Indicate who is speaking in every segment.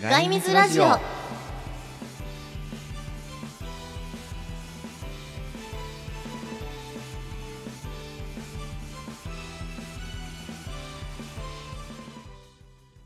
Speaker 1: ガイミズラジオ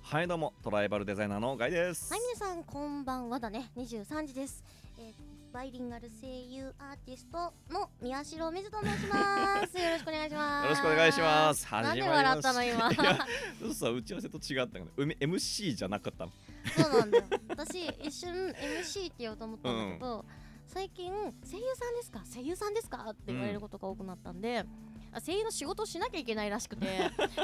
Speaker 2: はいどうもトライバルデザイナーのガイです
Speaker 1: はい皆さんこんばんはだね23時です、えーバイリンガル声優アーティストの宮代水と申します よろしくお願いします
Speaker 2: よろしくお願いします
Speaker 1: なんで
Speaker 2: 始まり
Speaker 1: 笑
Speaker 2: ま
Speaker 1: っ
Speaker 2: した
Speaker 1: たの今
Speaker 2: いやそうさ打ち合わせと違ったのうめ MC じゃなかったの
Speaker 1: そうなんだよ私一瞬 MC って言おうと思ったんだけど、最近声優さんですか声優さんですかって言われることが多くなったんで、あ声優の仕事をしなきゃいけないらし くて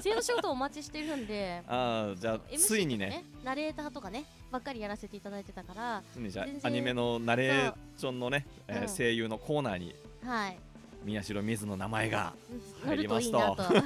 Speaker 1: 声優の仕事をお待ちしてるんで
Speaker 2: ああじゃあ
Speaker 1: MC
Speaker 2: ついに
Speaker 1: とか
Speaker 2: ね
Speaker 1: ナレーターとかねばっかりやらせていただいてたから
Speaker 2: ついにじゃあ
Speaker 1: 全然
Speaker 2: アニメのナレーションのね、えー
Speaker 1: うん
Speaker 2: 声優のコーナーに
Speaker 1: はい
Speaker 2: 宮代水の名前が
Speaker 1: 乗
Speaker 2: 入
Speaker 1: る
Speaker 2: り
Speaker 1: と
Speaker 2: ま
Speaker 1: いい
Speaker 2: した
Speaker 1: なと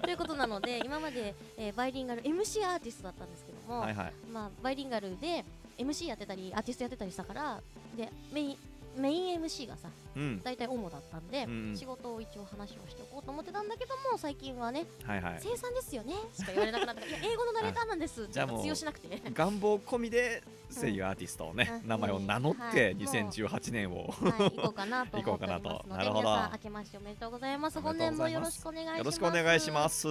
Speaker 1: と いうことなので今まで、えーバイリンガル MC アーティストだったんですけども、
Speaker 2: はいはい
Speaker 1: まあ、バイリンガルで MC やってたりアーティストやってたりしたからでメインメイン MC がさ
Speaker 2: うん
Speaker 1: 大体主だったんで、
Speaker 2: うんうん
Speaker 1: 仕事を一応話をしておこうと思ってたんだけども最近はね
Speaker 2: はいは
Speaker 1: 「
Speaker 2: い
Speaker 1: 生産ですよね」しか言われなくなった から「いや英語のナレーターなんです」って
Speaker 2: じゃあもう
Speaker 1: 通用しな くては
Speaker 2: 願望込みで声優アーティストをね、
Speaker 1: うん
Speaker 2: 名前を名乗っ
Speaker 1: はい
Speaker 2: て
Speaker 1: もう
Speaker 2: 2018年を
Speaker 1: い行こうかなと思っておりま
Speaker 2: 行
Speaker 1: す
Speaker 2: こうか
Speaker 1: の
Speaker 2: なとな
Speaker 1: で
Speaker 2: るほど
Speaker 1: 皆さん明けましておめでとうございます
Speaker 2: おめ
Speaker 1: 本
Speaker 2: でとう
Speaker 1: 年
Speaker 2: ご
Speaker 1: も
Speaker 2: ざい
Speaker 1: よ
Speaker 2: ま
Speaker 1: ろ
Speaker 2: す
Speaker 1: しくお願いします
Speaker 2: よろしくお願いします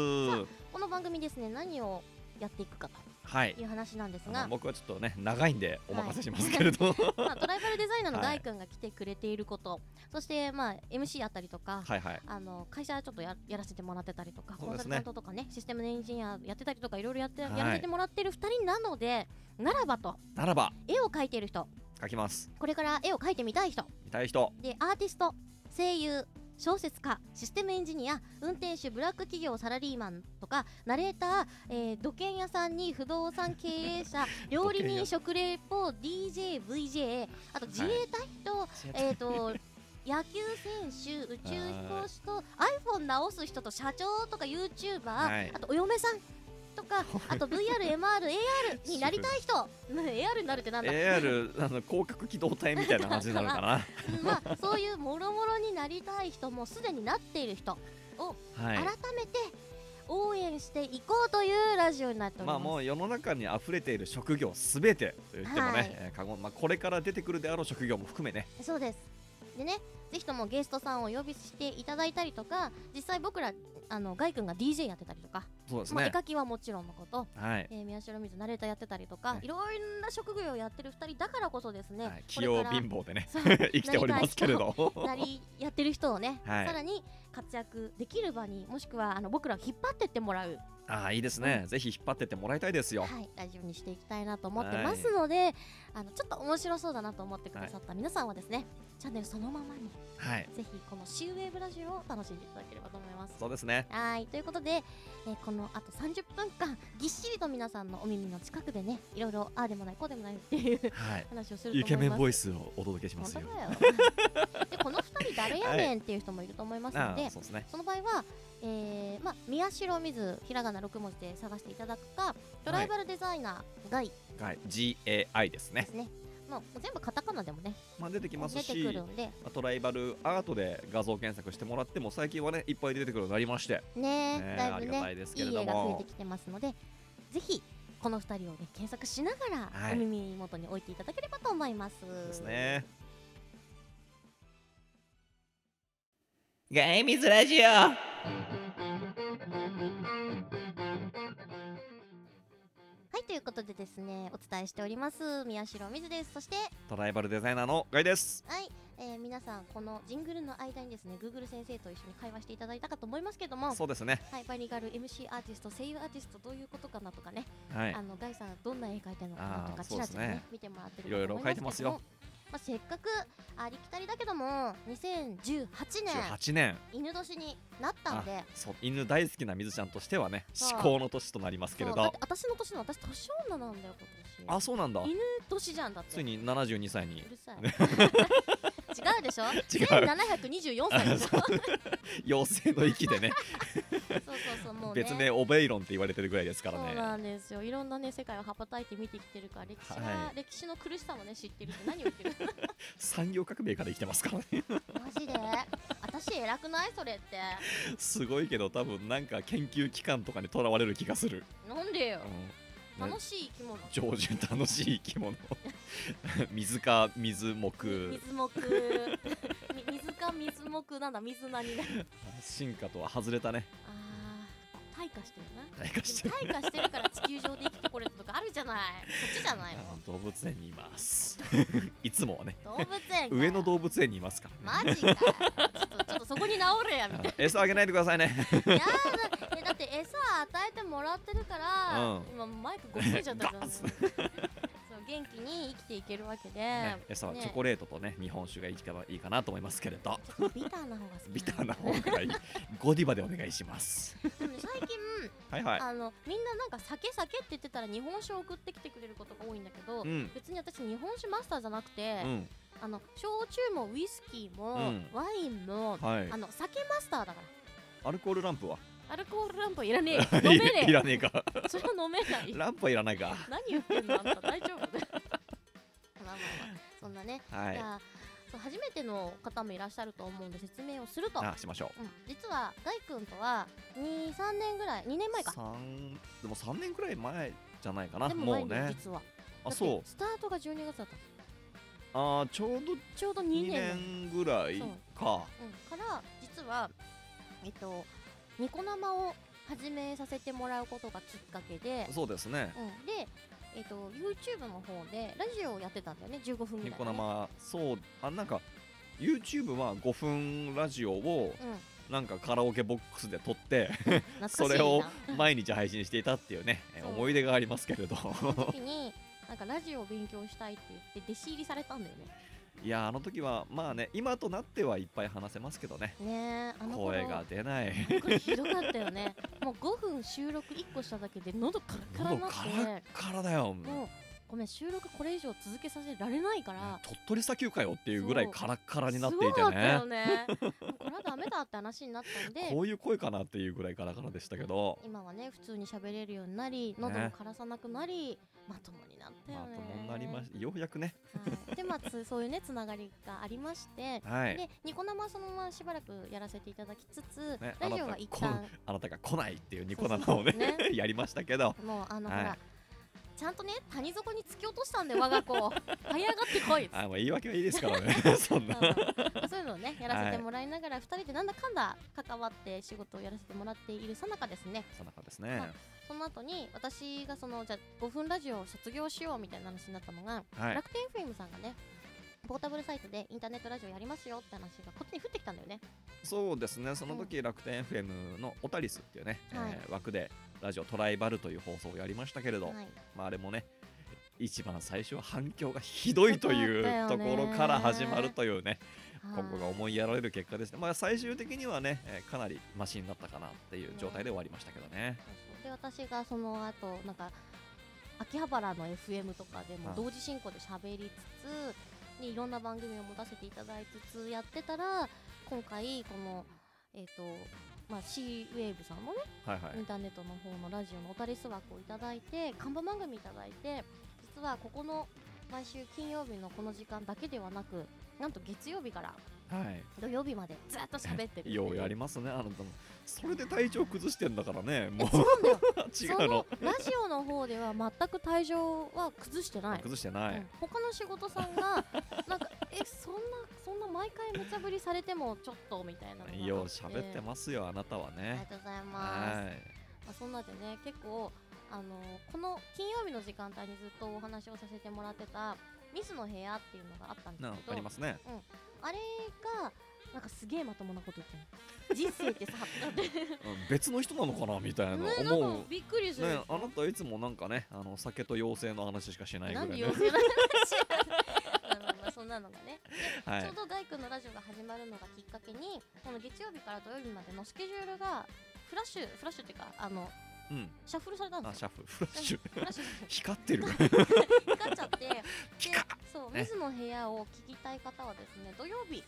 Speaker 1: この番組ですね何をやっていくか
Speaker 2: はい
Speaker 1: という話なんです
Speaker 2: あの
Speaker 1: が、
Speaker 2: 僕はちょっとね長いんでお任せしますけれど、
Speaker 1: まあ、トライバルデザイナーの
Speaker 2: は
Speaker 1: ガ
Speaker 2: い
Speaker 1: イ君が来てくれていること、そして、まあ、MC あったりとか、
Speaker 2: はいはい
Speaker 1: あの会社ちょっとややらせてもらってたりとか、
Speaker 2: そ
Speaker 1: コ
Speaker 2: う
Speaker 1: ン
Speaker 2: で
Speaker 1: サ
Speaker 2: す
Speaker 1: ル
Speaker 2: ね
Speaker 1: タントとかねシステムエンジニアやってたりとかいろいろやって、
Speaker 2: はい
Speaker 1: やらせてもらってる2人なのでならばと
Speaker 2: ならば
Speaker 1: 絵を描いてる人
Speaker 2: 書きます
Speaker 1: これから絵を描いてみたい人
Speaker 2: 見たい人
Speaker 1: でアーティスト声優小説家システムエンジニア運転手ブラック企業サラリーマンとかナレーター、えー、土建屋さんに不動産経営 者料理人食レポ DJVJ あと自衛隊と、えー、と 野球選手、宇宙飛行士と iPhone 直す人と社長とか YouTuber、
Speaker 2: はい
Speaker 1: あとお嫁さんとかあ と VR、MR、AR になりたい人 AR になるってなんだ、
Speaker 2: AR あの広角機動隊みたいな感じになるか な
Speaker 1: まあ、そういうもろもろになりたい人もすでになっている人、
Speaker 2: はい
Speaker 1: 改めて応援していこうというラジオになっており
Speaker 2: ま
Speaker 1: ま
Speaker 2: あ
Speaker 1: す。
Speaker 2: もう世の中に溢れている職業すべてと言ってもね、
Speaker 1: はい
Speaker 2: えー過言まあ、これから出てくるであろう職業も含めね
Speaker 1: そうですでねぜひともゲストさんをお呼びしていただいたりとか実際僕らあのガイ君が DJ やってたりとか、
Speaker 2: そうです
Speaker 1: まあ、絵
Speaker 2: ね、
Speaker 1: 描きはもちろんのこと
Speaker 2: はい
Speaker 1: えー、宮代水ナレーターやってたりと
Speaker 2: は
Speaker 1: か、
Speaker 2: い
Speaker 1: い、ろんな職業をやってる2人だからこそですね、
Speaker 2: はい、
Speaker 1: こ
Speaker 2: 器
Speaker 1: れ
Speaker 2: 用
Speaker 1: から
Speaker 2: 貧乏でね
Speaker 1: そう
Speaker 2: 生きておりますけれど
Speaker 1: なりやってる人をね、
Speaker 2: はい
Speaker 1: さらに活躍できる場にもしくはあの僕らを引っ張ってってもらう、
Speaker 2: ああいいですね、ぜひ引っ張ってってもらいたいですよ、
Speaker 1: はい、ラジオにしていきたいなと思ってますので、あのちょっと面白そうだなと思ってくださった皆さんはですね、チャンネルそのままに
Speaker 2: はい
Speaker 1: ぜひこのシーウェーブラジオを楽しんでいただければと思います。
Speaker 2: そうですね
Speaker 1: はいということで、えーこのあと30分間ぎっしりと皆さんのお耳の近くでねいろいろああでもないこうでもないっていう
Speaker 2: はい
Speaker 1: 話をすると思います
Speaker 2: イケメンボイスをお届けしま
Speaker 1: 本
Speaker 2: す
Speaker 1: 当
Speaker 2: よ
Speaker 1: だよでこの二人誰やねんっていう人もいると思いますの
Speaker 2: あ
Speaker 1: で、
Speaker 2: あそうですね
Speaker 1: その場合は、えーまあ、宮代水ひらがな6文字で探していただくかドライバルデザイナーがい
Speaker 2: はい GAI です
Speaker 1: で
Speaker 2: ね
Speaker 1: すね、もう全部カタカナでもね
Speaker 2: まあ出てきます
Speaker 1: 出てく
Speaker 2: し
Speaker 1: るんで
Speaker 2: あとライバルアートで画像検索してもらっても最近はねいっぱい出てくるようになりまして
Speaker 1: ね
Speaker 2: ね
Speaker 1: だいぶ
Speaker 2: ありがた
Speaker 1: ね
Speaker 2: いです
Speaker 1: い
Speaker 2: けれ
Speaker 1: い
Speaker 2: ども
Speaker 1: 絵が増えてきてますのでぜひこの二人を、ね、検索しながら、
Speaker 2: はい
Speaker 1: お耳元に置いていただければと思います。
Speaker 2: ですね。ガイミズラジオ。
Speaker 1: はいということでですねお伝えしております宮代水ですそして
Speaker 2: トライバルデザイナーのガイです。
Speaker 1: はい、えー皆さんこのジングルの間にですね Google 先生と一緒に会話していただいたかと思いますけども、
Speaker 2: そうですね。
Speaker 1: はい、バイリンガル MC アーティスト声優アーティストどういうことかなとかね、
Speaker 2: はい
Speaker 1: あ。のガイさんどんな絵描いてるのかなと
Speaker 2: あ
Speaker 1: か
Speaker 2: ー
Speaker 1: ちらち
Speaker 2: そうです
Speaker 1: らね
Speaker 2: ね
Speaker 1: 見てもらってる
Speaker 2: いろいろ
Speaker 1: と思
Speaker 2: 描いてますよ
Speaker 1: けどもまあ、せっかくありきたりだけども2018年
Speaker 2: 十八年。
Speaker 1: 犬年になったんで
Speaker 2: そう犬大好きな水ちゃんとしてはね、
Speaker 1: そう
Speaker 2: 至高の年となりますけれ
Speaker 1: そうだっ
Speaker 2: ど
Speaker 1: て。私の年の私年女なんだよ今年
Speaker 2: あ、そうなんだ。
Speaker 1: 犬年じゃんだって
Speaker 2: ついに七十二歳に
Speaker 1: う。るさ い違うでしょ
Speaker 2: 違う
Speaker 1: 1724歳でしょ
Speaker 2: 妖精の域でね、
Speaker 1: そうそうそう、もう、ね。
Speaker 2: 別名オベイロンって言われてるぐらいですから
Speaker 1: そう
Speaker 2: ね。
Speaker 1: なんですよ。いろんなね、世界を羽ばたいて見てきてるから、歴史が、
Speaker 2: は
Speaker 1: 歴史の苦しさもね、知ってるって何を言ってる。
Speaker 2: 産業革命から生きてますから ね。
Speaker 1: マジで。私偉くない、それって。
Speaker 2: すごいけど、多分なんか研究機関とかにとらわれる気がする。
Speaker 1: なんでよ
Speaker 2: う。ん
Speaker 1: 楽しい生き物
Speaker 2: 上旬楽しい生き 物水か水木
Speaker 1: 水木 み水か水木なんだ水なにな
Speaker 2: 進化とは外れたね
Speaker 1: あー退化してるな
Speaker 2: 退化してる
Speaker 1: でも退化してるから地球上で生きてこれたとかあるじゃないそっちじゃないの
Speaker 2: あ動物園にいます いつもはね
Speaker 1: 動物園か
Speaker 2: 上野動物園にいますから、ね
Speaker 1: マジかよちょっとちょっとそこに治れやみたいな
Speaker 2: あ餌あげないでくださいね
Speaker 1: いやーだえだ って餌与えてもらってるから、
Speaker 2: うん
Speaker 1: 今マイクごついちゃったじゃん
Speaker 2: ガッ
Speaker 1: そう元気に生きていけるわけで、
Speaker 2: ね 餌はチョコレートとね日本酒がいいかないいかなと思いますけれど
Speaker 1: ちょっとビターな方が好き
Speaker 2: ビターな方が いいゴディバでお願いします
Speaker 1: でもね最近、
Speaker 2: はいはい
Speaker 1: あのみんななんか酒酒って言ってたら日本酒を送ってきてくれることが多いんだけど、
Speaker 2: うん
Speaker 1: 別に私日本酒マスターじゃなくて、
Speaker 2: うん
Speaker 1: あの焼酎もウイスキーも、
Speaker 2: うん
Speaker 1: ワインも、
Speaker 2: はい
Speaker 1: あの酒マスターだから
Speaker 2: アルコールランプは
Speaker 1: アルコールランプはいらねえよ飲めね え
Speaker 2: いらねえ か
Speaker 1: それは飲めない
Speaker 2: ランプはいらないか
Speaker 1: 何言ってんのあんた大丈夫 まあまあまあそんなね、
Speaker 2: は
Speaker 1: じ
Speaker 2: い
Speaker 1: ゃあそう初めての方もいらっしゃると思うんで説明をすると、うん、
Speaker 2: あしましょう
Speaker 1: 実は大君とは23年ぐらい2年前か
Speaker 2: 三でも3年くらい前じゃないかな
Speaker 1: でも
Speaker 2: も
Speaker 1: 前
Speaker 2: う
Speaker 1: に
Speaker 2: ね
Speaker 1: 実はだ
Speaker 2: あ
Speaker 1: って
Speaker 2: そう
Speaker 1: スタートが12月だった
Speaker 2: あーちょうど
Speaker 1: ちょうど2
Speaker 2: 2
Speaker 1: 年
Speaker 2: 年ぐらいか
Speaker 1: うん、から実はえっとニコ生を始めさせてもらうことがきっかけで、
Speaker 2: そうですね
Speaker 1: うん、で、えっと、YouTube の方でラジオをやってたんだよね15分ぐらい、ね、
Speaker 2: ニコ生そうあなんか YouTube は5分ラジオを
Speaker 1: うん
Speaker 2: なんかカラオケボックスで撮 って
Speaker 1: 懐かしい
Speaker 2: そ
Speaker 1: な
Speaker 2: れを毎日配信していたっていうねえ
Speaker 1: そう
Speaker 2: 思い出がありますけれど
Speaker 1: 時になんかラジオを勉強したいって言って弟子入りされたんだ よね。
Speaker 2: いやあの時はまあね今となってはいっぱい話せますけどね
Speaker 1: ねえあの頃
Speaker 2: 声が出ない
Speaker 1: 本当にひどかったよね。もう5分収録1個しただけで喉カラカラ
Speaker 2: 喉
Speaker 1: になっ
Speaker 2: カラッ
Speaker 1: て
Speaker 2: カラだよ
Speaker 1: もうごめん収録これ以上続けさせられないから。
Speaker 2: 鳥取砂丘かよっていうぐらい
Speaker 1: そう
Speaker 2: カラッカラに
Speaker 1: す
Speaker 2: なっ
Speaker 1: ご
Speaker 2: ていて
Speaker 1: かった
Speaker 2: ね
Speaker 1: よね。もうこれはダメだって話になったんで
Speaker 2: こ。ういう声かなっていうぐらいカラカラでしたけど、
Speaker 1: 今はね普通に喋れるようになり喉も枯らさなくなり、まともになったよ
Speaker 2: まあ、
Speaker 1: ね。
Speaker 2: ともになりましようやくね、
Speaker 1: はいでまあつそういうねつながりがありまして、
Speaker 2: はい、
Speaker 1: でニコ生はそのまましばらくやらせていただきつつ、
Speaker 2: ね
Speaker 1: ラジオは一旦
Speaker 2: あなたが来ないっていうニコ生をね
Speaker 1: そうそうそ
Speaker 2: やりましたけど、
Speaker 1: もうあの、
Speaker 2: はい
Speaker 1: ほらちゃんとね谷底に突き落としたんで我が子 を這い上がってこいっつって
Speaker 2: あもう言い訳はいいですから ね、そんな。
Speaker 1: うんそういうのをねやらせてもらいながら、二人でなんだかんだ関わって仕事をやらせてもらっているさなかですね
Speaker 2: そんな感じですね。
Speaker 1: その後に私がそのじゃあ5分ラジオを卒業しようみたいな話になったのが、
Speaker 2: はい、
Speaker 1: 楽天 FM さんがねポータブルサイトでインターネットラジオやりますよって話がこっちに降ってきたんだよね。
Speaker 2: そうですね、その時楽天 FM のオタリスっていうね、
Speaker 1: はい
Speaker 2: えー枠でラジオトライバルという放送をやりましたけれど、
Speaker 1: はい、
Speaker 2: まあ、あれもね、一番最初は反響がひどいとい
Speaker 1: ひど
Speaker 2: う
Speaker 1: かっ
Speaker 2: と
Speaker 1: た
Speaker 2: こ
Speaker 1: よね
Speaker 2: ろから始まるというね、
Speaker 1: はい
Speaker 2: 今後が思いやられる結果ですね、まあ、最終的にはね、えーかなりマシになったかなっていう状態で終わりましたけどね。
Speaker 1: で私がその後なんか秋葉原の FM とかでも
Speaker 2: はい
Speaker 1: 同時進行で喋りつつでいろんな番組を持たせていただいつつやってたら今回このえっ、とまあ C ウェーブさんのね、
Speaker 2: はいは
Speaker 1: イン
Speaker 2: い、
Speaker 1: ターネットの方のラジオのおたりす枠をいただいて看板番組いただいて実はここの毎週金曜日のこの時間だけではなくなんと月曜日から
Speaker 2: はい
Speaker 1: 土曜日までずっと喋ってるっ ていう
Speaker 2: ようやりますね、あなたも。それで体調崩してんだから ね、もう
Speaker 1: そうなんだよ
Speaker 2: 違
Speaker 1: そう
Speaker 2: の
Speaker 1: の。ラジオの方では全く体調は崩してない、
Speaker 2: 崩してな
Speaker 1: う
Speaker 2: い
Speaker 1: ん。他の仕事さ んがなんかえそんなそんな毎回無茶ぶりされてもちょっとみたいなのがあって
Speaker 2: よう喋ってますよ、あなたは
Speaker 1: ありが
Speaker 2: ね。
Speaker 1: とうございます、
Speaker 2: は
Speaker 1: まあ、そんなでね結構あのこの金曜日の時間帯にずっとお話をさせてもらってたミスの部屋っていうのがあったん
Speaker 2: い。
Speaker 1: で
Speaker 2: な
Speaker 1: す
Speaker 2: あ
Speaker 1: け
Speaker 2: り
Speaker 1: ど
Speaker 2: ますね。
Speaker 1: あれがなんかすげえまともなこと言ってる人 生ってさだって
Speaker 2: うん別の人なのかなみたいな
Speaker 1: ねなん
Speaker 2: 思
Speaker 1: かびっくり
Speaker 2: う。
Speaker 1: する
Speaker 2: ね、あなたいつもなんかね、あの酒と妖精の話しかしないぐら
Speaker 1: な
Speaker 2: い
Speaker 1: んで
Speaker 2: ね。
Speaker 1: 妖精の話 まあまあまあそんなのがね、
Speaker 2: は
Speaker 1: ちょ。
Speaker 2: いう
Speaker 1: ど大君のラジオが始まるのがきっかけにこの月曜日から土曜日までのスケジュールがフラッシュフラッシュっていうかあの
Speaker 2: うん。
Speaker 1: シャッフルされたんで
Speaker 2: あ、
Speaker 1: す
Speaker 2: シ
Speaker 1: よ
Speaker 2: ャッフル、フラッシュ。
Speaker 1: フラッシュ
Speaker 2: 光ってる。
Speaker 1: 光っちゃってで
Speaker 2: ピカ
Speaker 1: そう
Speaker 2: ね
Speaker 1: 水の部屋を聞きたい方はですね土曜日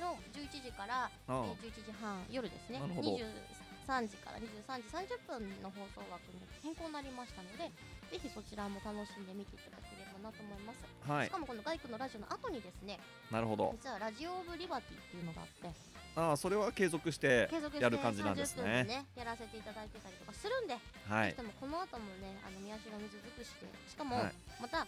Speaker 1: の11時から、
Speaker 2: う
Speaker 1: え
Speaker 2: ん
Speaker 1: ー11時半夜ですね
Speaker 2: なるほど
Speaker 1: 23時から23時30分の放送枠に変更になりましたのでぜひそちらも楽しんで見ていただければなと思います
Speaker 2: は
Speaker 1: し
Speaker 2: い
Speaker 1: か。もこのガイクのラジオの後にですね、
Speaker 2: なるほど。
Speaker 1: 実はラジオ・オブ・リバティっていうのがあって、
Speaker 2: ああそれは継続して
Speaker 1: 継続して
Speaker 2: やる感じなんです
Speaker 1: 30分
Speaker 2: ね。
Speaker 1: やらせていただいてたりとかするんで、
Speaker 2: は
Speaker 1: ぜ
Speaker 2: い
Speaker 1: ひと。もこの後もねあの宮代水尽くしてしかも、
Speaker 2: はい
Speaker 1: また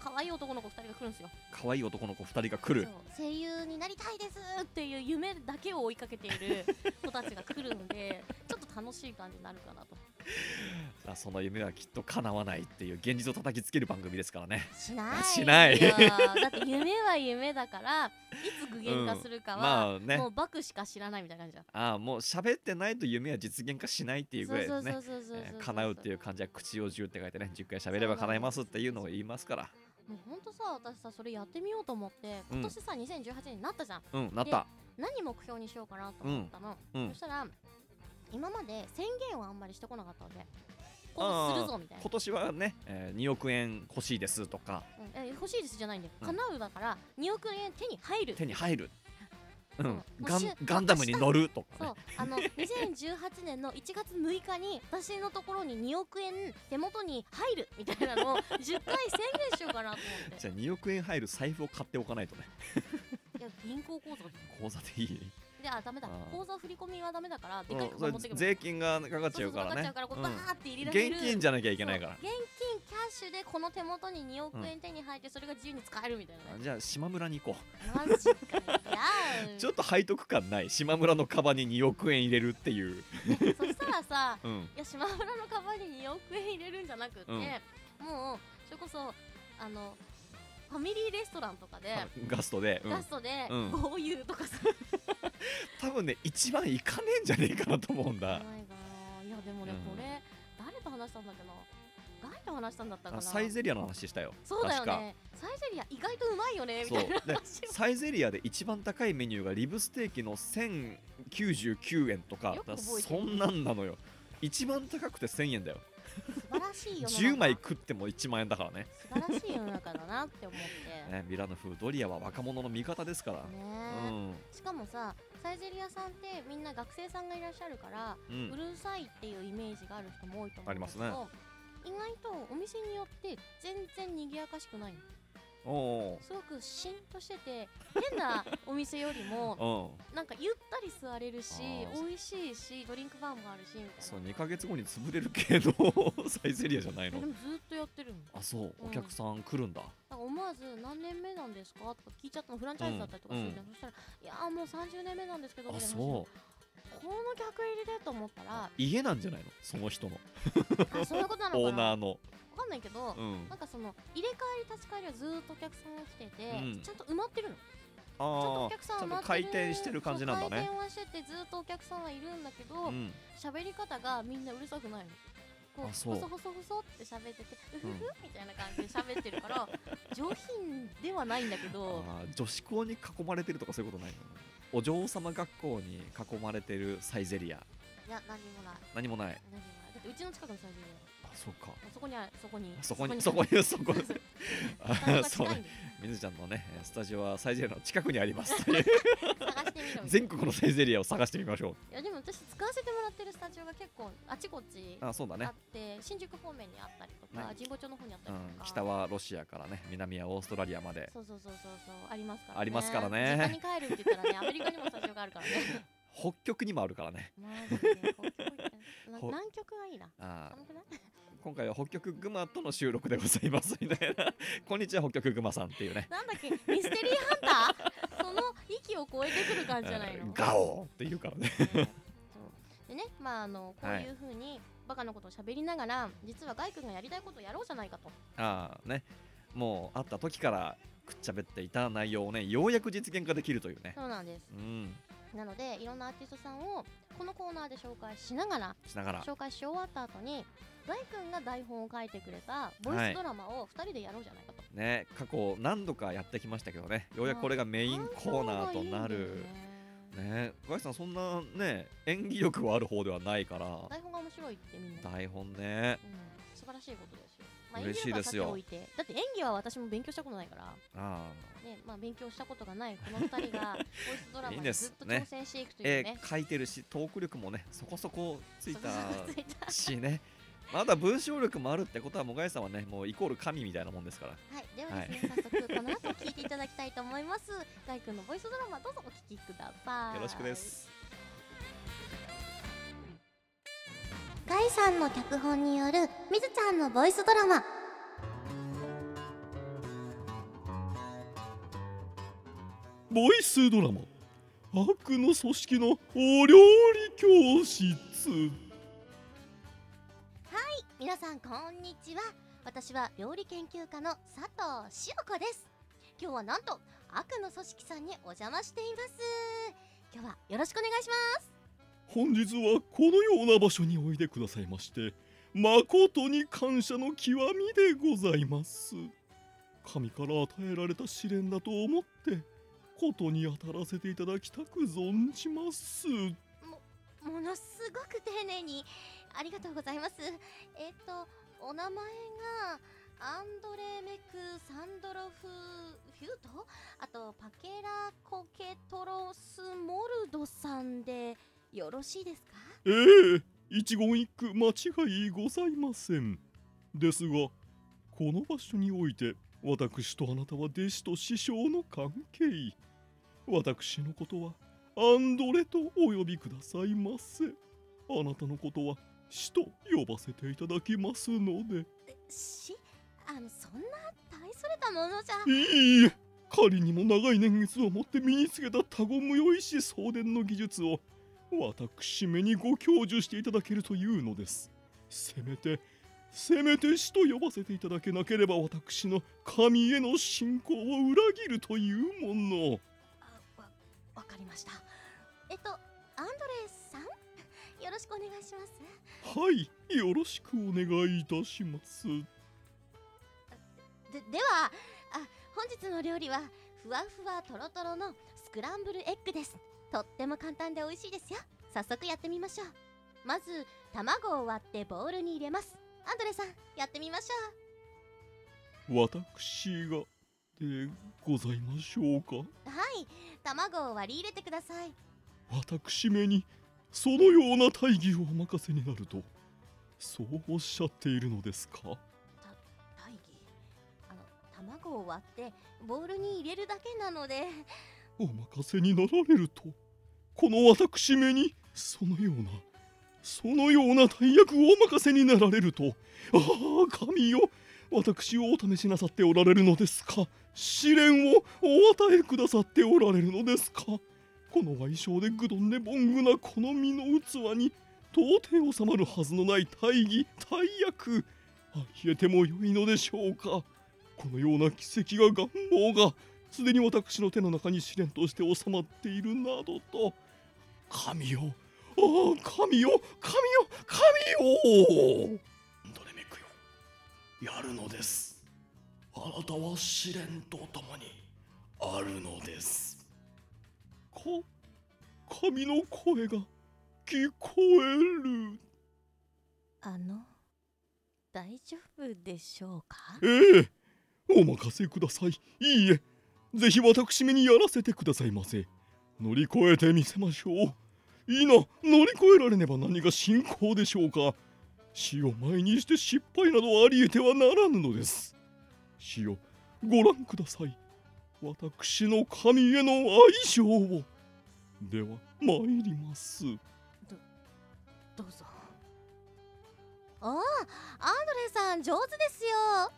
Speaker 1: 可愛い男の子2人が来るんですよ
Speaker 2: 可愛い男の子二人が来る
Speaker 1: そ。う声優になりたいですっていう夢だけを追いかけている子たちが来るので ちょっと楽しい感じになるかなと
Speaker 2: あその夢はきっと叶わないっていう現実を叩きつける番組ですから ね。
Speaker 1: しない
Speaker 2: しない
Speaker 1: よだって夢は夢だからいつ具現化するかは、
Speaker 2: まあね
Speaker 1: も。うバクしか知らないみたいな感じだ
Speaker 2: ああもう喋ってないと夢は実現化しないっていうぐらいですね。
Speaker 1: そうそうそうそう
Speaker 2: え
Speaker 1: そう
Speaker 2: ー叶うっていう漢字は口を十って書いてね10回喋れば叶いますっていうのを言いますから
Speaker 1: もうほんとさ私さそれやってみようと思って
Speaker 2: うん
Speaker 1: 今年さ、2018年になったじゃん
Speaker 2: うんなった
Speaker 1: 何目標にしようかなと思ったの、
Speaker 2: うん
Speaker 1: そしたら今まで宣言はあんまりしてこなかったわけこうするぞみたいな
Speaker 2: 今、年はね、えー2億円欲しいですとか
Speaker 1: うんえ欲しいですじゃないんだよ
Speaker 2: うん
Speaker 1: 叶うだから2億円手に入る
Speaker 2: 手に入る、う
Speaker 1: うんん、
Speaker 2: ガン
Speaker 1: 欲しい
Speaker 2: ガンダムに乗るとか
Speaker 1: そ
Speaker 2: ね
Speaker 1: う あの2018年の1月6日に私のところに2億円手元に入るみたいなのを10回宣言しようかなと思っ
Speaker 2: じ
Speaker 1: て
Speaker 2: ゃあ2億円入る財布を買っておかないとね
Speaker 1: いや銀行口座
Speaker 2: 口座でいい
Speaker 1: であダメだ
Speaker 2: あー
Speaker 1: 口座振り込みはダメだからでか
Speaker 2: うん
Speaker 1: い箱
Speaker 2: それ
Speaker 1: 持ってく
Speaker 2: 税金がかかっちゃうからね
Speaker 1: こうバーって入れ
Speaker 2: うん
Speaker 1: られる、
Speaker 2: 現金じゃなきゃいけないから
Speaker 1: そう現金キャッシュでこの手元に2億円手に入ってそれが自由に使えるみたいな
Speaker 2: あ
Speaker 1: ね、
Speaker 2: じゃあ島村に行こ
Speaker 1: マジか
Speaker 2: う
Speaker 1: や
Speaker 2: ちょっと背徳感ない島村のカバンに2億円入れるっていう、
Speaker 1: ーそしたらさ
Speaker 2: うん、
Speaker 1: いや島村のカバンに2億円入れるんじゃなくって、
Speaker 2: うん
Speaker 1: もうそれこそあのファミリーレストランとかで、
Speaker 2: ガストで、うん
Speaker 1: ガストで
Speaker 2: うん
Speaker 1: 豪遊とかさ、
Speaker 2: 多分ね一番いかねえんじゃねえかなと思うんだ
Speaker 1: ないかないやでもね、
Speaker 2: うん
Speaker 1: これ誰と話したんだっけなガイと話したんだった
Speaker 2: あ
Speaker 1: かな
Speaker 2: サイゼリアの話したよ
Speaker 1: そうだよ
Speaker 2: 確か
Speaker 1: ねサイゼリア意外とうまいよねみたいな
Speaker 2: そうで
Speaker 1: 話を
Speaker 2: サイゼリアで一番高いメニューがリブステーキの1099円とか
Speaker 1: よく覚えてる
Speaker 2: そんなんなのよ一番高くて1000円だよ
Speaker 1: 素晴らしい世
Speaker 2: 10
Speaker 1: の中
Speaker 2: 枚食っても1万円だからね
Speaker 1: 素晴らしい世の中だなって思ってね
Speaker 2: ねミラノ風ドリアは若者の味方ですから、う
Speaker 1: え
Speaker 2: ん
Speaker 1: しかもさサイゼリアさんってみんな学生さんがいらっしゃるから、
Speaker 2: うん
Speaker 1: うるさいっていうイメージがある人も多いと思
Speaker 2: あ
Speaker 1: うん
Speaker 2: りま
Speaker 1: だけ
Speaker 2: す
Speaker 1: ど
Speaker 2: ね
Speaker 1: 意外とお店によって全然賑やかしくないの
Speaker 2: おお
Speaker 1: すごくしんとしてて変なお店よ りも
Speaker 2: うん
Speaker 1: なんかゆったり座れるし
Speaker 2: あー
Speaker 1: 美味しいしドリンクバーもあるしみた
Speaker 2: そ
Speaker 1: いうな
Speaker 2: 2ヶ月後に潰れる系の サイゼリアじゃない
Speaker 1: えで
Speaker 2: の
Speaker 1: もずっとやってるの
Speaker 2: あそうお客さん来るんだ、
Speaker 1: なんか思わず何年目なんですかとか聞いちゃったのフランチャイズだったりとかするじゃん、そしたらいやーもう30年目なんですけどみ
Speaker 2: あ
Speaker 1: たいな話を
Speaker 2: そう
Speaker 1: この客入りでと思ったら
Speaker 2: 家なんじゃないのその人の
Speaker 1: あそういうことなのかな
Speaker 2: オーナー
Speaker 1: わ
Speaker 2: の
Speaker 1: かんないけど、
Speaker 2: うん
Speaker 1: なんかその入れ替わり立ち替わりはずーっとお客さんが来てて、
Speaker 2: うん
Speaker 1: ちゃんと埋まってるのち
Speaker 2: あ
Speaker 1: ゃんと
Speaker 2: あ
Speaker 1: お客さんは埋
Speaker 2: ちゃ
Speaker 1: ま
Speaker 2: ん
Speaker 1: っ
Speaker 2: と
Speaker 1: てる
Speaker 2: 回転してる感じなんだね
Speaker 1: そう回転はしててずーっとお客さんはいるんだけど
Speaker 2: うん
Speaker 1: 喋、り方がみんなうるさくないのこう
Speaker 2: あそう
Speaker 1: 細細細って喋っててうふふ
Speaker 2: うん
Speaker 1: みたいな感じで喋ってるから 上品ではないんだけど
Speaker 2: あー女子校に囲まれてるとかそういうことないのお嬢様学校に囲まれてるサイゼリア
Speaker 1: いや何もない
Speaker 2: 何もない
Speaker 1: 何もないだってうちの近くのサイゼリ
Speaker 2: あそうか
Speaker 1: アそこにあるそこに
Speaker 2: そこにそこにそこにあ
Speaker 1: 探
Speaker 2: ー
Speaker 1: し
Speaker 2: そう
Speaker 1: たい
Speaker 2: ね
Speaker 1: んで
Speaker 2: 水ちゃんのねえースタジオはサイゼリアの近くにあります
Speaker 1: 探してみろみたいな
Speaker 2: 全国のサイゼリアを探してみましょう
Speaker 1: いやでも私使わせてもらってるスタジオが結構あちこちあ
Speaker 2: あそうだね
Speaker 1: って、新宿方面にあったりとか
Speaker 2: ね
Speaker 1: 神保町の方にあった
Speaker 2: う
Speaker 1: り
Speaker 2: ん
Speaker 1: とか、
Speaker 2: 北はロシアからね南はオーストラリアまで
Speaker 1: そうそうそうそうそうありますからね
Speaker 2: ありますからね
Speaker 1: 実家に帰るって言ったらねアメリカにもスタジオがあるからね
Speaker 2: 北極にもあるからね
Speaker 1: マジで北極行ったな
Speaker 2: ほ
Speaker 1: 南極がいいな
Speaker 2: あー
Speaker 1: 寒くない
Speaker 2: 今回は北極グマとの収録でございますみたいな こんにちは北極グマさんっていうね
Speaker 1: なんだっけミステリーハンター その域を超えてくる感じじゃないの、
Speaker 2: えーガオーって言うからね
Speaker 1: そうでね、まあ、あのこう
Speaker 2: はい
Speaker 1: いうふうにバカなことを喋りながら、実はガイ君がやりたいことをやろうじゃないかと
Speaker 2: ああねもう会った時からくっちゃべっていた内容をねようやく実現化できるというね
Speaker 1: そうなんです
Speaker 2: うん
Speaker 1: なのでいろんなアーティストさんをこのコーナーで紹介しながら
Speaker 2: しながら
Speaker 1: 紹介し終わった後にガイ君が台本を書いてくれたボイスドラマを2人でやろうじゃないかと、
Speaker 2: ね過去何度かやってきましたけどねようやくこれがメインコーナーとなる
Speaker 1: ね
Speaker 2: ねガイさんそんなね演技力はある方ではないから
Speaker 1: 台本が面白いってみんな、うん、
Speaker 2: 台本ね
Speaker 1: 素晴らしいことですよ、まあ、
Speaker 2: 嬉しいですよ
Speaker 1: 演技力はさておいてだって演技は私も勉強したことないから
Speaker 2: あ
Speaker 1: ねまあ、勉強したことがないこの2人 がボイスドラマ
Speaker 2: いい
Speaker 1: に
Speaker 2: です
Speaker 1: ずっと
Speaker 2: ね
Speaker 1: 挑戦していくと
Speaker 2: ー
Speaker 1: いう
Speaker 2: 絵
Speaker 1: ね。
Speaker 2: 描いてるしトーク力もねそこそこついた
Speaker 1: そうそうそうついた
Speaker 2: しねまた文章力もあるってことは、もがやさんはね、もうイコール神みたいなもんですから。
Speaker 1: はい、ではですね、早速この後聞いていただきたいと思い ます。ガイ君のボイスドラマどうぞお聞きください。
Speaker 2: よろしくで。す。
Speaker 1: ガイさんの脚本によるみずちゃんのボイスドラマ。
Speaker 2: ボイスドラマ。悪の組織のお料理教室。
Speaker 1: 皆さんこんにちは。私は料理研究家の佐藤しおこです。今日はなんと悪の組織さんにお邪魔しています。今日はよろしくお願いします。
Speaker 2: 本日はこのような場所においでくださいまして、誠に感謝の極みでございます。神から与えられた試練だと思って、ことに当たらせていただきたく存じます。
Speaker 1: ものすごく丁寧にありがとうございますえっ、とお名前がアンドレ・メク・サンドロフ・フュートあとパケラ・コケトロス・モルドさんでよろしいですか
Speaker 3: ええ一言一句間違いございません。ですが、この場所において、私とあなたは弟子と師匠の関係。私のことは、アンドレとお呼びくださいませ。あなたのことは、師と呼ばせていただきますので。
Speaker 1: しあのそんな大それたものじゃ
Speaker 3: いいえ仮にも長い年月をもって身につけた他言無用意志送電の技術を私めにご教授していただけるというのですせめてせめて死と呼ばせていただけなければ私の神への信仰を裏切るというもの
Speaker 1: あわわかりましたえっとアンドレさんよろしくお願いします
Speaker 3: はいよろしくお願いいたします
Speaker 1: でではあ本日の料理はふわふわとろとろのスクランブルエッグですとっても簡単で美味しいですよ早速やってみましょうまず卵を割ってボウルに入れますアンドレさんやってみまし
Speaker 3: 私がでございましょうか
Speaker 1: ょうはい卵を割り入れてください
Speaker 3: 私めにそのような大義をお任せになるとそうおっしゃっているのですか
Speaker 1: 大義あの卵を割ってボウルに入れるだけなので
Speaker 3: お任せになられるとこの私めにそのようなそのような大役をお任せになられるとああ神よ私をお試しなさっておられるのですか試練をお与えくださっておられるのですかこの矮小でぐどんでぼんぐなこの身の器に到底収まるはずのない大義大役ありえてもよいのでしょうかこのような奇跡が願望がすでに私の手の中に試練として収まっているなどと神よああ神よ神よ神よドレメクよやるのですあなたは試練とともにあるのですか神の声が聞こえる
Speaker 1: あの大丈夫でしょうか
Speaker 3: ええお任せくださいいいえぜひ私めにやらせてくださいませ乗り越えてみせましょういいな乗り越えられねば何が信仰でしょうか死を前にして失敗などありえてはならぬのです死をご覧ください私の神への愛情をでは参ります
Speaker 1: どうぞああアンドレさん上手ですよ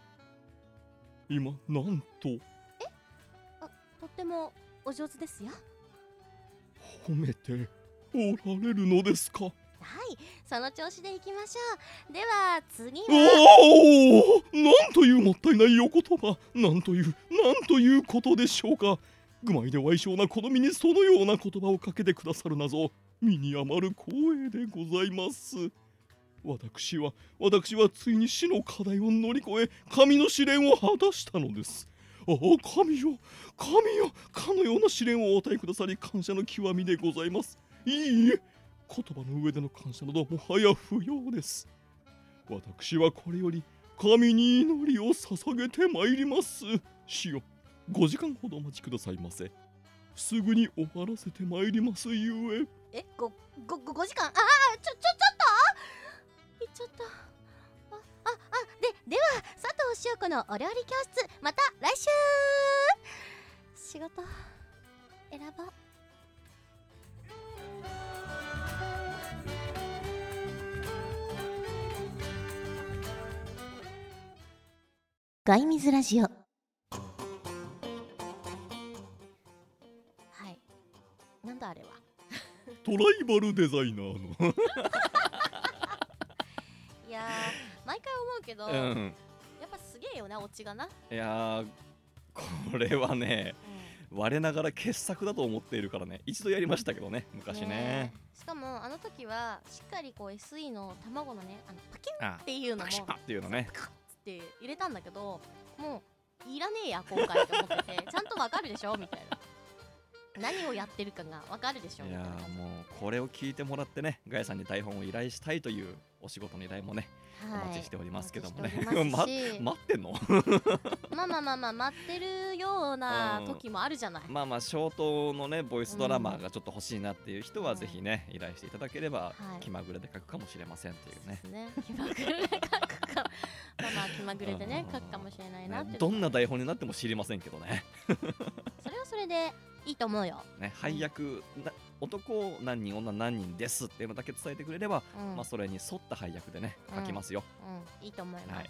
Speaker 3: 今なんと
Speaker 1: とってもお上手ですよ
Speaker 3: 褒めておられるのですか
Speaker 1: はいその調子でいきましょうでは次
Speaker 3: お
Speaker 1: は
Speaker 3: おなんというもったいないお言葉なんというなんということでしょうか愚昧で矮小なこの身にそのような言葉をかけてくださるなぞ身に余る光栄でございます私は私はついに死の課題を乗り越え神の試練を果たしたのですああ神よ神よかのような試練をお与えくださり感謝の極みでございますいいえ言葉の上での感謝などもはや不要です私はこれより神に祈りを捧げてまいります。主よ、5時間ほどお待ちくださいませ。すぐに終わらせてまいりますゆえ。
Speaker 1: えごごご5時間ああちょちょちょっと言っちゃった子のお料理教室また来週仕事選ぼうガイミズラジオはいなんだあれは
Speaker 3: トライバルデザイナーの
Speaker 1: いやー毎回思うけど、
Speaker 2: う
Speaker 1: や
Speaker 2: ん
Speaker 1: っぱすげえよなオチがな、
Speaker 2: いやーこれはね我ながら傑作だと思っているからね一度やりましたけどね昔ね
Speaker 1: ねえしかもあの時はしっかりこう SE の卵のねあのパキン
Speaker 2: あ
Speaker 1: っていうの
Speaker 2: パ
Speaker 1: も
Speaker 2: キシパっていうのね
Speaker 1: カッつって入れたんだけどもういらねえや今回って思って てちゃんとわかるでしょみたいな何をやってるかがわかるでしょ
Speaker 2: い
Speaker 1: みたい
Speaker 2: や
Speaker 1: な
Speaker 2: ーもうこれを聞いてもらってねガヤさんに台本を依頼したいというお仕事の依頼もね
Speaker 1: はい
Speaker 2: お待ちしておりますけどもね
Speaker 1: お待ちしておりま
Speaker 2: 待ってんの
Speaker 1: すしまあまあまあまあ待ってるような時もあるじゃない、
Speaker 2: まあまあショートのねボイスドラマがちょっと欲しいなっていう人はぜひね依頼していただければ
Speaker 1: はい
Speaker 2: 気まぐれで書くかもしれませんっていうね
Speaker 1: そうですね気まぐれで書くかまあまあ気まぐれでね
Speaker 2: うん
Speaker 1: 書くかもしれないなって
Speaker 2: ね
Speaker 1: いう
Speaker 2: どんな台本になっても知りませんけどね
Speaker 1: それはそれでいいと思うよ、
Speaker 2: ね配役な男何人女何人ですっていうのだけ伝えてくれれば
Speaker 1: うん
Speaker 2: まあそれに沿った配役でね
Speaker 1: うん
Speaker 2: 書きますよ
Speaker 1: うん、いいと思います、
Speaker 2: はい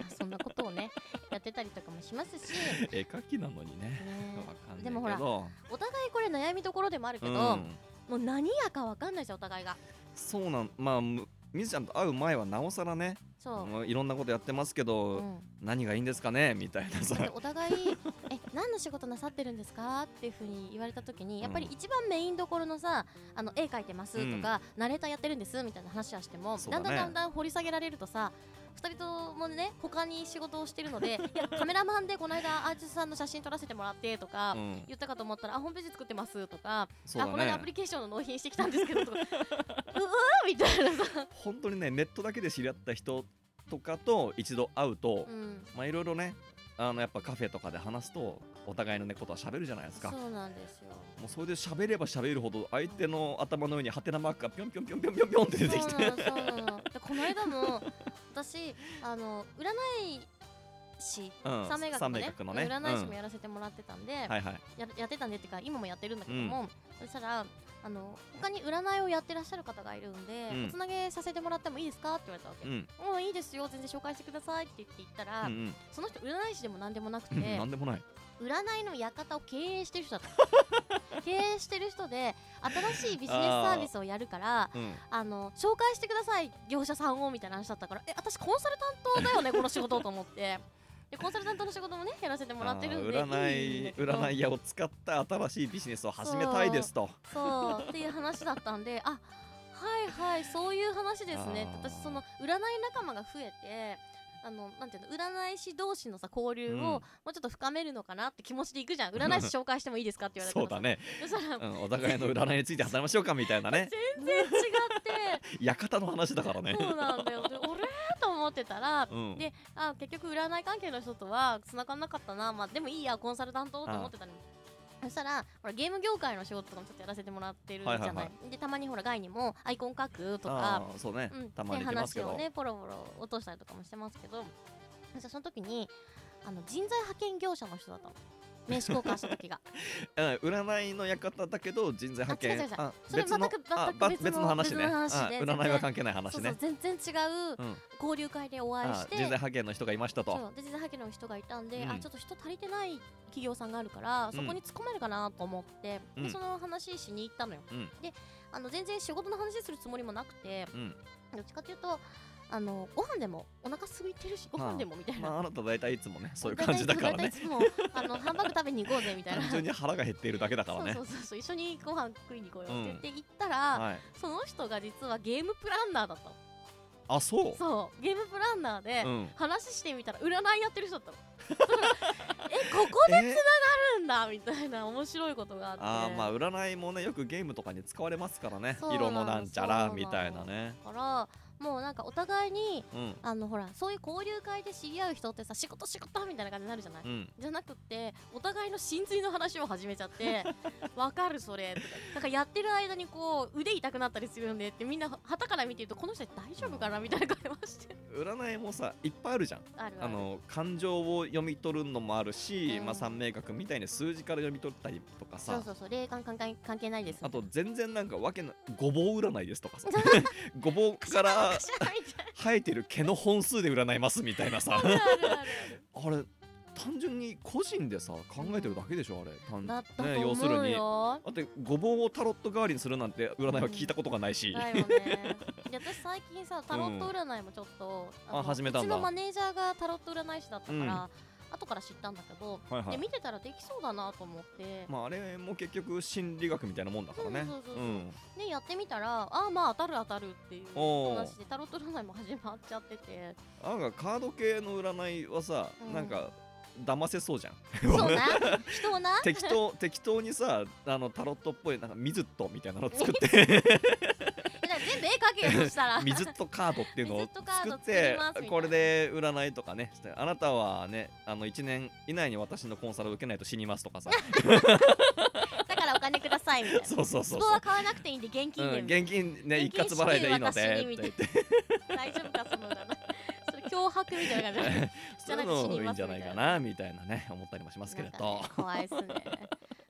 Speaker 1: まあそんなことをね やってたりとかもしますし、
Speaker 2: 絵描きなのにね
Speaker 1: ね
Speaker 2: わかんない
Speaker 1: でもほら
Speaker 2: けど
Speaker 1: お互いこれ悩みどころでもあるけど、
Speaker 2: うん
Speaker 1: もう何やかわかんないですよお互いが
Speaker 2: そうなんまあむみずちゃんと会う前はなおさらね
Speaker 1: そう、
Speaker 2: もういろんなことやってますけど、
Speaker 1: うん、
Speaker 2: 何がいいんですかねみたいな
Speaker 1: だって
Speaker 2: さ
Speaker 1: お互いえ何の仕事なさってるんですかっていうふうに言われた時にやっぱり一番メインどころのさあの絵描いてますとか、ナレーターやってるんですみたいな話はしても
Speaker 2: そう
Speaker 1: だ
Speaker 2: だ
Speaker 1: ん
Speaker 2: ね
Speaker 1: だんだんだん掘り下げられるとさ2人ともね他に仕事をしてる のでいやカメラマンでこの間アーティストさんの写真撮らせてもらってとか、
Speaker 2: うん
Speaker 1: 言ったかと思ったらあホームページ作ってますとか、
Speaker 2: そ
Speaker 1: あ
Speaker 2: う
Speaker 1: この
Speaker 2: だ
Speaker 1: 間
Speaker 2: ね
Speaker 1: アプリケーションの納品してきたんですけ どとかううみたいなさ、
Speaker 2: 本当にねネットだけで知り合った人とかと一度会うと、
Speaker 1: うん、
Speaker 2: まあいろいろねあのやっぱカフェとかで話すとお互いのねことは喋るじゃないですか
Speaker 1: そうなんですよ
Speaker 2: もうそれで喋れば喋るほど相手の頭の上にハテナマークがピョンピョンピョンピョンピョンピョンって出てきて
Speaker 1: そうなのそうなのでこの間も私あの占い師
Speaker 2: うん
Speaker 1: 三名学のね
Speaker 2: のね
Speaker 1: 占い師も
Speaker 2: うん
Speaker 1: やらせてもらってたんで、
Speaker 2: はいはい
Speaker 1: ややってたんでっていうか今もやってるんだけども、そしたらあの他に占いをやってらっしゃる方がいるんで、
Speaker 2: うん
Speaker 1: おつなげさせてもらってもいいですかって言われたわけ、
Speaker 2: う
Speaker 1: うんいいですよ全然紹介してくださいって言って言ったら、
Speaker 2: うんうん
Speaker 1: その人占い師でも何でもなくて、
Speaker 2: うんなんでもない
Speaker 1: 占いの館を経営してる人だった経営してる人で新しいビジネスサービスをやるから
Speaker 2: うん
Speaker 1: あの紹介してください業者さんをみたいな話だったからえ私コンサルタントだ よねこの仕事と思ってでコンサルタントの仕事もねやらせてもらってるんで
Speaker 2: あー占い
Speaker 1: いいんだけど
Speaker 2: 占い屋を使った新しいビジネスを始めたいですと
Speaker 1: そうっていう話だったんであはいはいそういう話ですね
Speaker 2: あー
Speaker 1: 私その占い仲間が増えてあのなんていうの占い師同士のさ交流を
Speaker 2: うん
Speaker 1: もうちょっと深めるのかなって気持ちでいくじゃん占い師紹介してもいいですかって言われた
Speaker 2: そう
Speaker 1: ら
Speaker 2: だね、
Speaker 1: そしたら
Speaker 2: うん、お互いの占いについて話しましょうかみたいな ね
Speaker 1: 全然違っ
Speaker 2: 館の話だから
Speaker 1: て
Speaker 2: ね
Speaker 1: そうなんだよで俺と思ってたら
Speaker 2: うん
Speaker 1: であ結局占い関係の人とは繋がんなかったなまあでもいいやコンサルタントと思ってたのにそしたらほらゲーム業界の仕事とかもちょっとやらせてもらってるじゃない,、
Speaker 2: はいはいは
Speaker 1: でたまにほら外にもアイコン書くとか
Speaker 2: あーそうね、
Speaker 1: うん、
Speaker 2: たまに
Speaker 1: ね
Speaker 2: 来ますけど、
Speaker 1: 話をねポロポロ落としたりとかもしてますけどそその時にあの人材派遣業者の人だったの名刺交換した時が
Speaker 2: うん、占いの館だけど人材派
Speaker 1: あ違
Speaker 2: 遣
Speaker 1: う違う違う
Speaker 2: あ
Speaker 1: それ
Speaker 2: 別の
Speaker 1: 全く
Speaker 2: あ
Speaker 1: 全く
Speaker 2: ば
Speaker 1: 別の
Speaker 2: 別の話ね
Speaker 1: 別の話で
Speaker 2: あ占いは関係ない 話
Speaker 1: そうそ
Speaker 2: ね
Speaker 1: う全然違う
Speaker 2: うん
Speaker 1: 交流会でお会い
Speaker 2: あ
Speaker 1: して
Speaker 2: 人材派遣の人がいました
Speaker 1: そう
Speaker 2: と
Speaker 1: で人材派遣の人がいたんで、
Speaker 2: うん
Speaker 1: あちょっと人足りてない企業さんがあるからそこに突っ込めるかなと思って、
Speaker 2: うん
Speaker 1: でその話しに行ったのよ、
Speaker 2: うん
Speaker 1: であの全然仕事の話するつもりもなくて
Speaker 2: うん
Speaker 1: どっちかというとあのご飯でもお腹空いてるしご飯でもみたいな、
Speaker 2: まああなた大体いつもねそういう感じだから
Speaker 1: 大
Speaker 2: ね
Speaker 1: 体いつもあのハンバーグ食べに行こうぜ みたいな
Speaker 2: 単純に腹が減っているだけだからね
Speaker 1: そうそうそうそう一緒にご飯食いに行こうよって言って行ったら、
Speaker 2: はい
Speaker 1: その人が実はゲームプランナーだったの
Speaker 2: あそう
Speaker 1: そうゲームプランナーで、
Speaker 2: うん
Speaker 1: 話してみたら占いやってる人だ ったのだからえここで
Speaker 2: え
Speaker 1: るんだみたいな面白いことがあって
Speaker 2: あーまあ占いもねよくゲームとかに使われますからね
Speaker 1: そうなの
Speaker 2: 色のなんちゃらみたいなね
Speaker 1: だからもうなんかお互いに
Speaker 2: うん
Speaker 1: あのほらそういう交流会で知り合う人ってさ仕事仕事みたいな感じになるじゃない、
Speaker 2: うん
Speaker 1: じゃなくってお互いの真髄の話を始めちゃって わかるそれとかなんかやってる間にこう腕痛くなったりするんでってみんなはたから見てるとこの人大丈夫かなみたいな会話してる
Speaker 2: 占いもさいっぱいあるじゃん
Speaker 1: あるある
Speaker 2: あの感情を読み取るのもあるし、
Speaker 1: うん
Speaker 2: まあ、三名学みたいに数字から読み取ったりとか
Speaker 1: そ
Speaker 2: さ
Speaker 1: うそうそう霊感関係関係ないです
Speaker 2: あと全然なんかわけなごぼう占いですとか さごぼう
Speaker 1: か
Speaker 2: からら 生えてる毛の本数で占いますみたいなさ
Speaker 1: あるあるある
Speaker 2: あれ単純に個人でさ考えてるだけでしょあれ単
Speaker 1: だったと
Speaker 2: ね
Speaker 1: 思
Speaker 2: 要する
Speaker 1: う
Speaker 2: にだ
Speaker 1: よ、
Speaker 2: ってごぼうをタロット代わりにするなんて占いは聞いたことがないし、
Speaker 1: だよね。で私最近さタロット占いもちょっと、の
Speaker 2: あ始めたんだ
Speaker 1: うちのマネージャーがタロット占い師だったから、
Speaker 2: うん
Speaker 1: 後から知ったんだけど、
Speaker 2: はいは
Speaker 1: で
Speaker 2: い
Speaker 1: 見てたらできそうだなと思って、
Speaker 2: まああれも結局心理学みたいなもんだからね
Speaker 1: そうそうそう
Speaker 2: う
Speaker 1: そうんでやってみたらああまあ当たる当たるっていう
Speaker 2: おー
Speaker 1: 話でタロット占いも始まっちゃってて
Speaker 2: なんかカード系の占いはさ、
Speaker 1: うん
Speaker 2: なんか騙せ そうじゃん
Speaker 1: そうな人をな
Speaker 2: 適当適当にさあのタロットっぽいなんかミズットみたいなの作って
Speaker 1: えだから全部絵描けよそしたら
Speaker 2: ミズットカードっていうの
Speaker 1: ミ
Speaker 2: を
Speaker 1: ズットカー
Speaker 2: 作っ
Speaker 1: ド作
Speaker 2: て
Speaker 1: りますみたいな
Speaker 2: これで占いとかねしてあなたはねあの1年以内に私のコンサルを受けないと死にますとかさ
Speaker 1: だからお金くださいみたいな
Speaker 2: そうそう
Speaker 1: ス
Speaker 2: そう
Speaker 1: ポ
Speaker 2: そ
Speaker 1: は
Speaker 2: う
Speaker 1: 買わなくていいんで現金
Speaker 2: うん、
Speaker 1: でみたい
Speaker 2: 現金ね
Speaker 1: 現
Speaker 2: 一
Speaker 1: 金
Speaker 2: 括払いでいいのでっ
Speaker 1: 支給私
Speaker 2: て
Speaker 1: にみたい
Speaker 2: 言
Speaker 1: な
Speaker 2: って
Speaker 1: な大丈夫かその占いそれ脅迫みたいな感じ
Speaker 2: そういうのいいんじゃないかなみたいなね思ったりも しますけれ
Speaker 1: なん
Speaker 2: ど
Speaker 1: かね、怖いっすね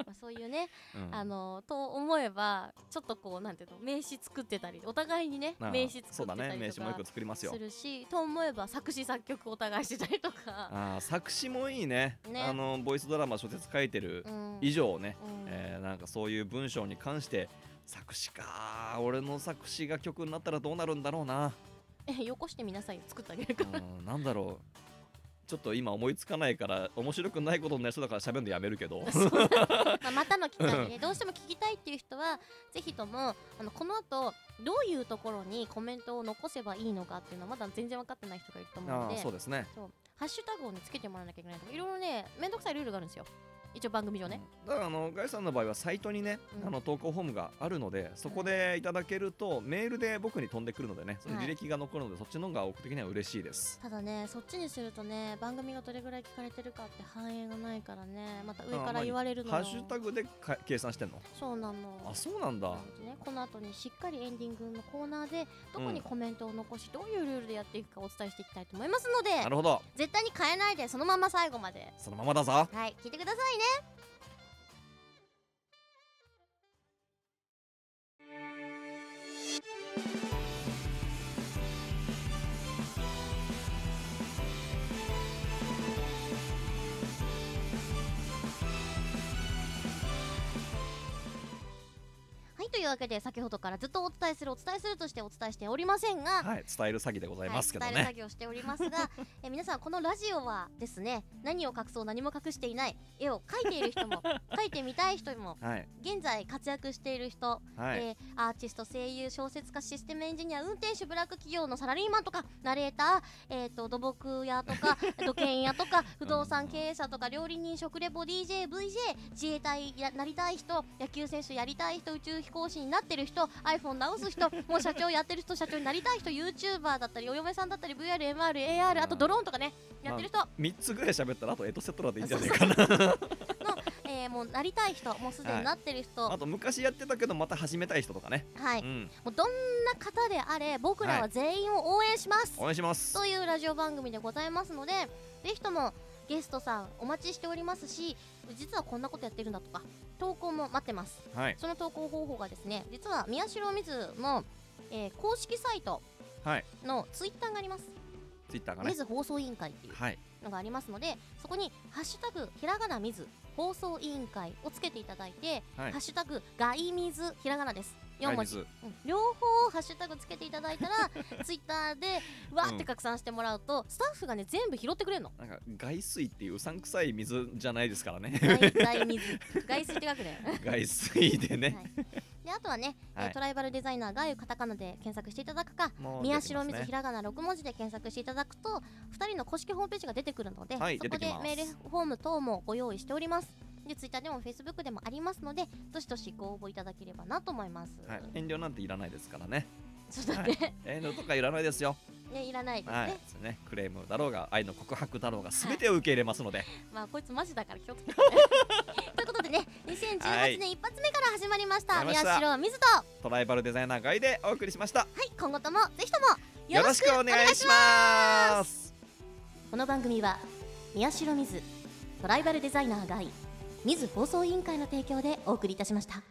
Speaker 1: まあそういうね、
Speaker 2: うん
Speaker 1: あのと思えばちょっとこうなんていうの名刺作ってたりお互いにね
Speaker 2: なあ
Speaker 1: 名刺
Speaker 2: そ
Speaker 1: 作
Speaker 2: う
Speaker 1: って
Speaker 2: だ
Speaker 1: た
Speaker 2: ね名
Speaker 1: りと
Speaker 2: 刺もよ
Speaker 1: か
Speaker 2: く作りますよ
Speaker 1: するし、と思えば作詞作曲お互いしてたりとか、
Speaker 2: あー作詞もいいね
Speaker 1: ね
Speaker 2: あのボイスドラマ小説書いてる
Speaker 1: うん
Speaker 2: 以上ね、
Speaker 1: うん
Speaker 2: えーなんかそういう文章に関して作詞か俺の作詞が曲になったらどうなるんだろうな
Speaker 1: えよこしてみなさいよ作ってあげ
Speaker 2: う
Speaker 1: るから
Speaker 2: ーんなんだろうちょっと今思いつかないから面白くないことになりそうだから喋るのやめるけ ど
Speaker 1: まあ、またの機会で ねどうしても聞きたいっていう人はぜひともあのこの後どういうところにコメントを残せばいいのかっていうのはまだ全然分かってない人がいると思うの
Speaker 2: あ
Speaker 1: で
Speaker 2: ーそうですね
Speaker 1: そうハッシュタグを、ね、つけてもらわなきゃいけないとかいろいろねめんどくさいルールがあるんですよ一応番組上ね、
Speaker 2: だからあのガイさんの場合はサイトにね、
Speaker 1: うん
Speaker 2: あの投稿フォームがあるのでそこでいただけるとメールで僕に飛んでくるのでね、そういう履歴が残るのでそっちの方が僕的には嬉しいです。
Speaker 1: ただねそっちにするとね番組がどれぐらい聞かれてるかって反映がないからねまた上
Speaker 2: あ
Speaker 1: か
Speaker 2: ま
Speaker 1: ら
Speaker 2: あ
Speaker 1: 言われるのよ
Speaker 2: ハッシュタグでか計算してんの
Speaker 1: そうなの
Speaker 2: あそうなんだ
Speaker 1: なのでね、この後ねしっかりエンディングのコーナーでどこにコメントを残し、どういうルールでやっていくかお伝えしていきたいと思いますので
Speaker 2: なるほど
Speaker 1: 絶対に変えないでそのまま最後まで
Speaker 2: そのままだぞ
Speaker 1: はい聞いてくださいねはいというわけで先ほどからずっとお伝えするお伝えするとしてお伝えしておりませんが、
Speaker 2: はい伝える詐欺でございますけど
Speaker 1: はい、伝える
Speaker 2: ね
Speaker 1: 作業をしております がえ皆さんこのラジオはですね何を隠そう何も隠していない絵を描いている人 も描いてみたい人も
Speaker 2: はい
Speaker 1: 現在活躍している人、
Speaker 2: はい、
Speaker 1: えーアーティスト声優小説家システムエンジニア運転手ブラック企業のサラリーマンとかナレーター、えー、と土木屋と か土建屋とか不動産経営者とか料理人食レポ DJVJ 自衛隊やなりたい人野球選手やりたい人宇宙飛行士になってる人 iPhone 直す 人もう社長やってる人社長になりたい人 YouTuber だったりお嫁さんだったり VRMRAR あとドローンとかねやってる人
Speaker 2: 3つぐらい喋ったらあとエトセトラでいいんじゃないかな
Speaker 1: えーもうなりたい人もうすでになってる人
Speaker 2: あと昔やってたけどまた始めたい人とかね、
Speaker 1: はい
Speaker 2: うん
Speaker 1: もうどんな方であれ僕らは全員を応援します、
Speaker 2: お願いします
Speaker 1: というラジオ番組でございますのでぜひともゲストさんお待ちしておりますし実はこんなことやってるんだとか投稿も待ってます
Speaker 2: はい
Speaker 1: その投稿方法がですね実は宮代みずの、えー公式サイト
Speaker 2: はい
Speaker 1: のツイッターがあります
Speaker 2: ツイッターが
Speaker 1: み
Speaker 2: ね
Speaker 1: ず放送委員会っていう
Speaker 2: はい
Speaker 1: のがありますのでそこに「ハッシュタグひらがなみず放送委員会」をつけていただいて「
Speaker 2: はい
Speaker 1: ハッシュタグがいみずひらがな」です4
Speaker 2: はい
Speaker 1: 文
Speaker 2: み
Speaker 1: 字
Speaker 2: ず
Speaker 1: うん両方ハッシュタグつけていただい たらツイッターでわーって拡散してもらうと、スタッフがね全部拾って くれるの
Speaker 2: なんか外水っていううさんくさい水じゃないですからね
Speaker 1: 大体水外水って書くね
Speaker 2: 外水でね、
Speaker 1: であとはね、えー
Speaker 2: はい
Speaker 1: トライバルデザイナーがいうカタカナで検索していただくか
Speaker 2: もう
Speaker 1: 宮
Speaker 2: 出てきま
Speaker 1: 代
Speaker 2: すね
Speaker 1: 水ひらがな6文字で検索していただくと2人の公式ホームページが出てくるので、
Speaker 2: はい
Speaker 1: そこ
Speaker 2: 出て
Speaker 1: で
Speaker 2: きます
Speaker 1: メールフォーム等もご用意しておりますでツイッターでもフェイスブックでもありますのでどしどしご応募いただければなと思います、
Speaker 2: はい、遠慮なんていらないですからね
Speaker 1: ちょっと待って、
Speaker 2: 遠慮とかいらないですよ。
Speaker 1: ね、いらないですね、
Speaker 2: はい。そうね、クレームだろうが、愛の告白だろうが、すべてを受け入れますので。
Speaker 1: まあこいつマジだから気をつけて、ね、 ということでね2018年一発目から始まりました、
Speaker 2: はい
Speaker 1: 宮代水とは
Speaker 2: トライバルデザイナーガイでお送りしました。
Speaker 1: い今後ともぜひとも
Speaker 2: よろしくお願いします。
Speaker 1: この番組は宮代水トライバルデザイナーがい水放送委員会の提供でお送りいたしました。